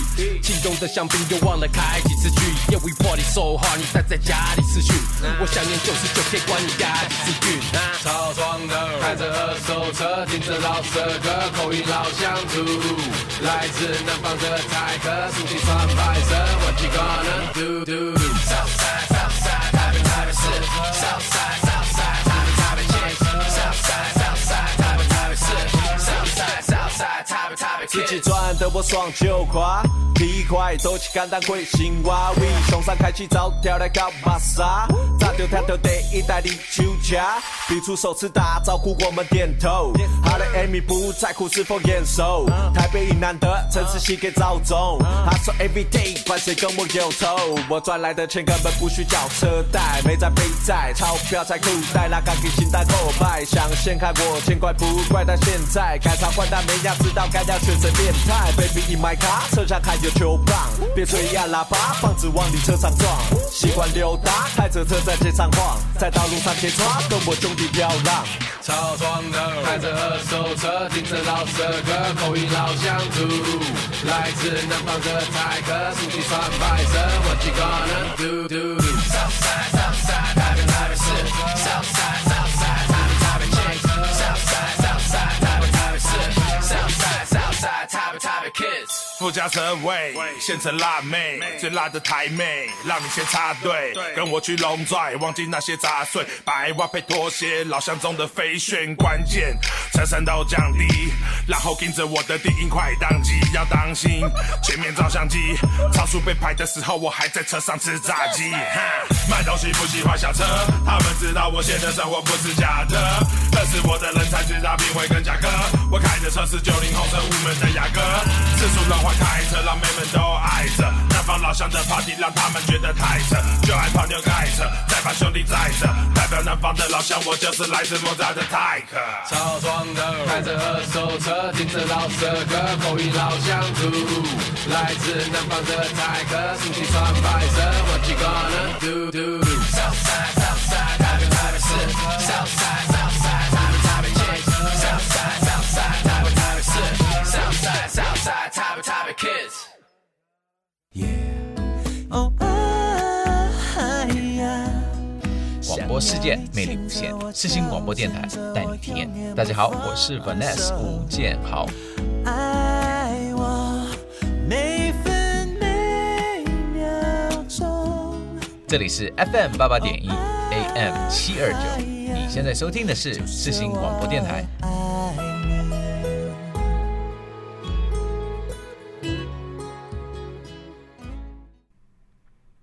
庆功的香槟又忘了开几次句。Yeah we party so hard，你待在家里失去，我想念九十九天，管你押几次韵。超装的，开着二手车，听着老舌歌，口音老乡土，来自南方的台客，竖起双白色，What you gonna do do？
自己赚得我爽就夸，皮块都去简单开心我为上山开始走跳来到马萨，早就听到第一代的酒家，比出首次打招呼我们点头，他的 Amy 不在乎是否眼熟，台北以南的城市系给造中，他说 Every day 管谁跟我有仇，我赚来的钱根本不需缴车贷，没在背债，钞票在裤袋，那敢给新单购买，想掀开我见怪不怪，但现在改朝换代没样知道该要选谁变态，baby in my car，车上还有球棒，别吹呀喇叭，棒子往你车上撞，习惯溜达，开着车在街上晃，在道路上切磋，跟我兄弟飙浪。
超装的，开着二手车，听着老舌歌，口音老乡土，来自南方的台客，竖起双白色，What you gonna do do do？
富家城味，县城辣妹，最辣的台妹，让你先插队，跟我去龙拽，忘记那些杂碎，白袜配拖鞋，老乡中的飞旋，关键车身都降低，然后跟着我的低音快当机，要当心前面照相机，超速被拍的时候，我还在车上吃炸鸡，哈，卖东西不喜欢小车，他们知道我现在生活不是假的，但是我的人才知道品味跟价格，我开的车是九零后生无门的雅阁。四处乱花开车，让妹们都爱着。南方老乡的 party 让他们觉得太扯，就爱泡妞盖着，再把兄弟载着。代表南方的老乡，我就是来自莫扎的泰克。
超装的，开着二手车，听着老舌歌，口音老乡土，来自南方的台客，竖起双白色，What you gonna do do do？
哦哎呀，
广播世界魅力无限，世新广播电台带你体验。大家好，我是 Vanessa 吴建豪。
爱我每分每秒钟。
这里是 FM 八八点一，AM 七二九。你现在收听的是世新广播电台。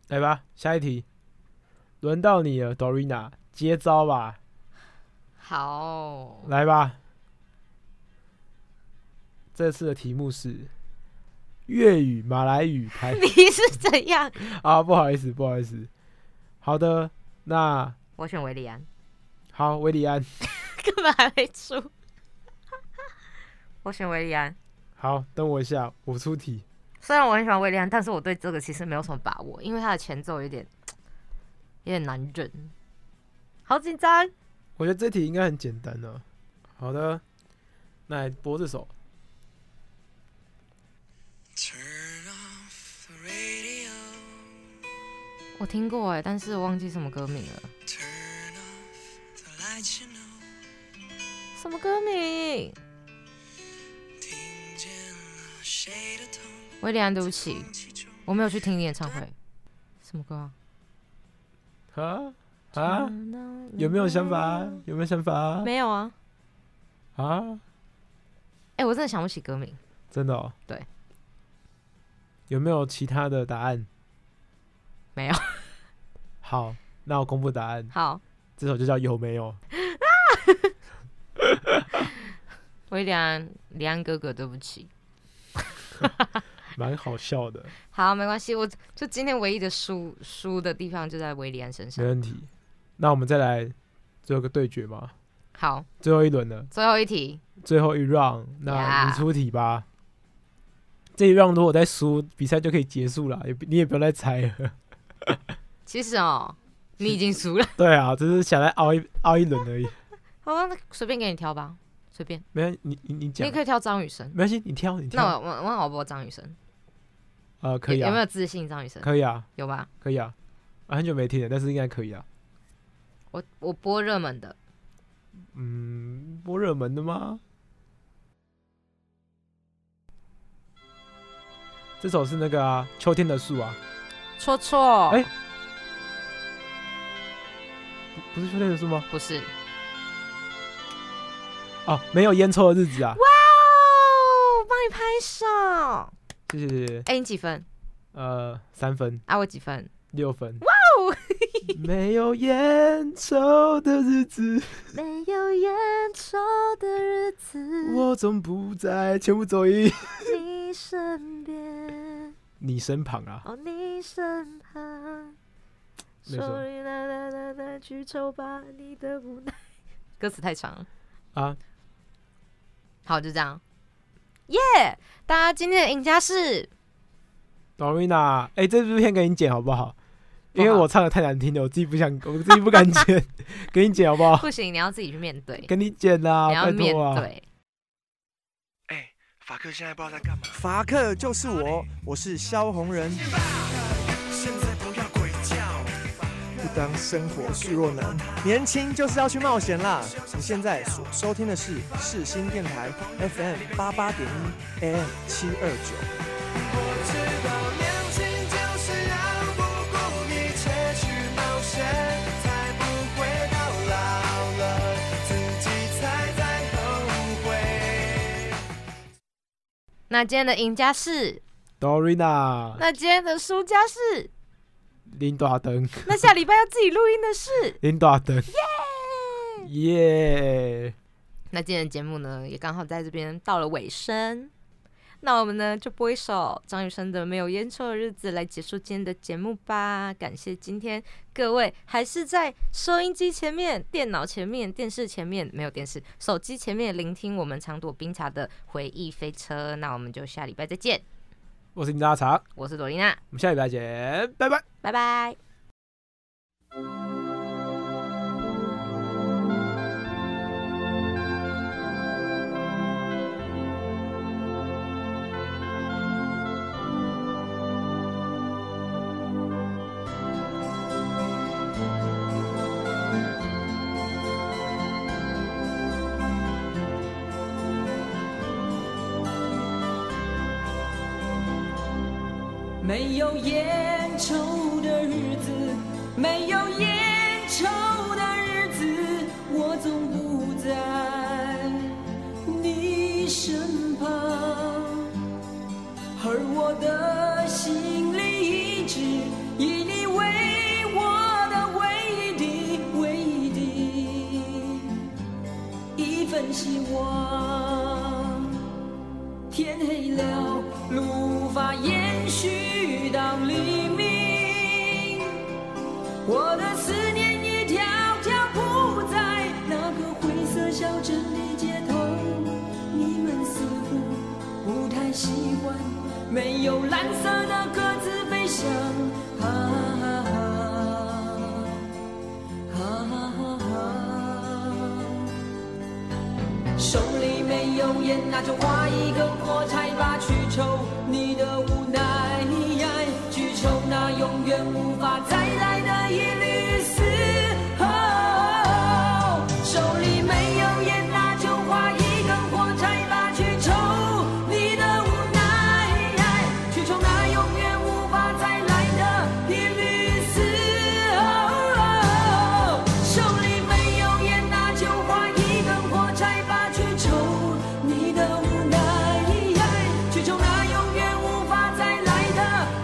来吧，下一题，轮到你了，Dorina，接招吧，
好，
来吧。这次的题目是粤语、马来语排。
你是怎样？
啊，不好意思，不好意思。好的，那
我选维里 安，
好，维里安，
根本还没出。 我选维里安，
好，等我一下，我出题。
虽然我很喜欢维里安，但是我对这个其实没有什么把握，因为他的前奏有点有点难忍，好紧张。
我觉得这题应该很简单呢、好的，那来播这首。
我听过哎，但是忘记什么歌名了。什么歌名？威廉，对不起，我没有去听你演唱会。什么歌啊？
啊啊！有没有想法？有没有想法？
嗯没有啊。
啊，
哎、我真的想不起歌名。
真的、哦？
对。
有没有其他的答案？
没有。
好，那我公布答案。
好，
这首就叫有没有？
威廉，李安哥哥，对不起。
蛮好笑 的，
好，没关系，我就今天唯一的输输的地方就在威廉身
没
上。
问题。那我们再来最后一个对决嘛，
好，
最后一轮了。
最后一题，
最后一 round，那
Yeah
你出题吧。这一 round 如果再输，比赛就可以结束了，也不你也不要再猜了。
其实哦，你已经输了，
对啊，只是想来熬一熬一轮而已。
好吧，那随便给你挑吧，随便，
没有，你你你讲
你，可以挑张雨生
没。关系，你挑你
那
挑。
我我我好播张雨生，
呃，可以
有有
啊
没有，自信？张雨生
可以啊，
有吧？
可以啊。啊，很久没听了，但是应该可以啊。
我我播热门的，
嗯，播热门的吗？这首是那个啊，秋天的树啊，
戳戳，
哎不是秋天的树吗？
不是，
哦，没有烟抽的日子啊，
哇哦，帮你拍手，
谢谢谢谢。
哎、你几分？
呃，三分。
啊，我几分？
六分。哇
哦！
没有烟抽的日子，
没有烟抽的日子，
我总不在全部走一
你身边，
你身旁啊。
哦，你身旁，
没错
手里拿拿拿拿，去抽吧你的无奈。歌词太长了。
啊，
好，就这样。耶、大家今天的赢家是
Dorina，哎、这部片给你剪好不好？因为
不好
我唱的太难听了，我自己不想，我自己不敢剪，给你剪好不好？
不行，你要自己去面对，
给你剪啦，
你要
拜
面
托啊！
对。
法克现在不知道在干嘛。
法克就是我，我是萧红人。
现在不要鬼叫，
不当生活是弱能，年轻就是要去冒险啦！你现在所收听的是世新电台 FM 八八点一 AM 七二九。
我知道年轻就是要不顾一切去冒险，才不会到老了自己才在后悔。
那今天的赢家是，
Dorina，
那今天的输家是，
林大灯，
那下礼拜要自己录音的是。
林大灯，耶、
那今天的节目呢，也刚好在这边到了尾声。那我们呢就播一首张雨生的《没有烟抽的日子》来结束今天的节目吧。感谢今天各位还是在收音机前面、电脑前面、电视前面没有电视、手机前面聆听我们长朵冰茶的回忆飞车。那我们就下礼拜再见，
我是林大茶，
我是朵琳娜，
我们下礼拜见，拜拜。
拜拜。
没有烟抽的日子，没有烟抽的日子，我总不在你身旁，而我的心里一直以你为一份希望。天黑了，路无法延续到黎明。我的思念一条条铺在那个灰色小镇的街头，你们似乎不太习惯没有蓝色的鸽子飞翔。啊啊啊啊手里没有烟，那就划一根火柴吧，去抽你的无奈，去抽那永远无法再来的一缕丝。哦，手里没有烟，那就划一根火柴吧，去抽你的无奈，去抽那永远无法再来的一缕丝。哦，手里没有烟，那就划一根火柴吧，去抽你的无奈，去抽那永远无法再来的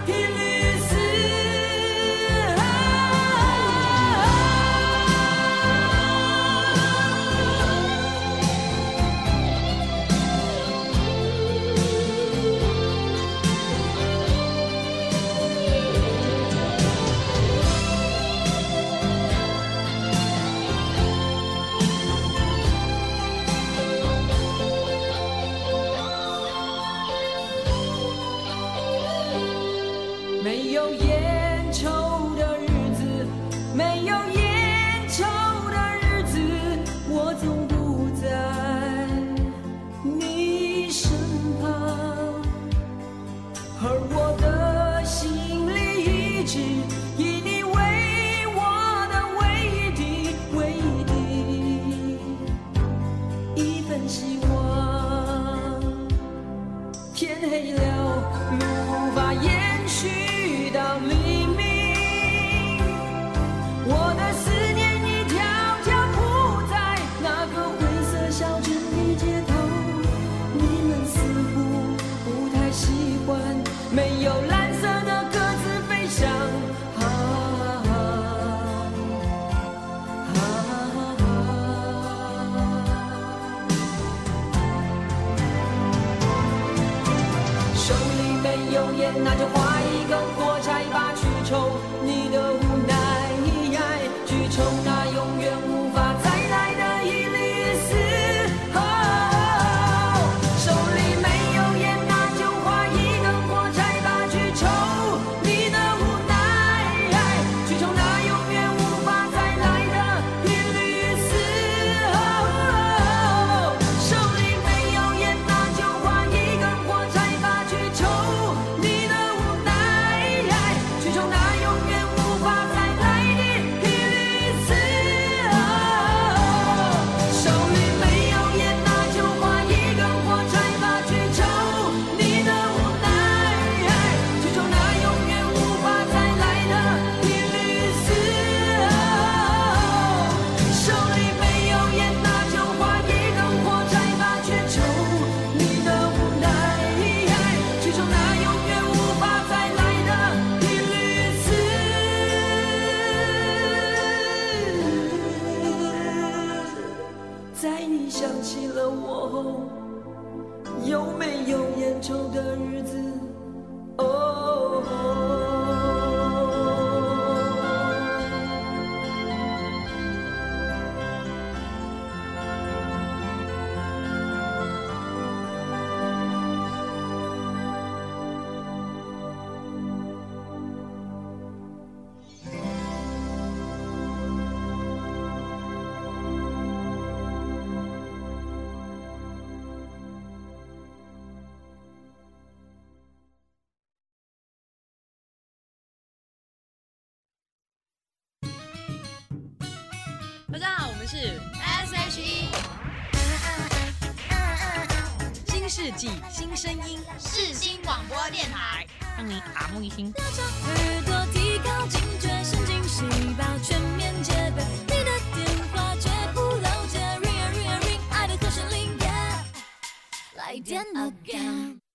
一缕丝。没有烟抽的日子，没有烟抽的日子，我总不在你身旁，而我的心里一直以你为我的唯一的、唯一的一份希望。天黑了，路无法延续到黎明。我的思念一条条铺在那个灰色小镇的街头，你们似乎不太习惯没有蓝色的鸽子飞翔。啊啊啊手里没有烟，那就划一根火柴吧，去抽你的无奈，去抽那永远无法再来的一缕丝。哦，手里没有烟，那就划一根火柴吧，去抽你的无奈，去抽那永远无法再来的一缕丝。哦，手里没有烟，那就划一根火柴吧，去抽你的无奈，去抽那永远无法再来的一缕丝。手里没有烟，那就划一根火柴吧，去抽你的无奈，去抽那永远无法再来的一缕丝。手里没有烟，那就划一根火柴吧，去抽你的无奈，去抽那永远无法再来的一缕丝。在你想起了我后，有没有烟抽的日子？哦。
大家好，我们是 S H E。新 E，世纪新声音，世新广播电台，让你耳目一新。
耳朵提高警觉，神经细胞全面戒备。你的电话绝不漏接，Ring a ring a ring，爱的和弦铃 y 来电 again。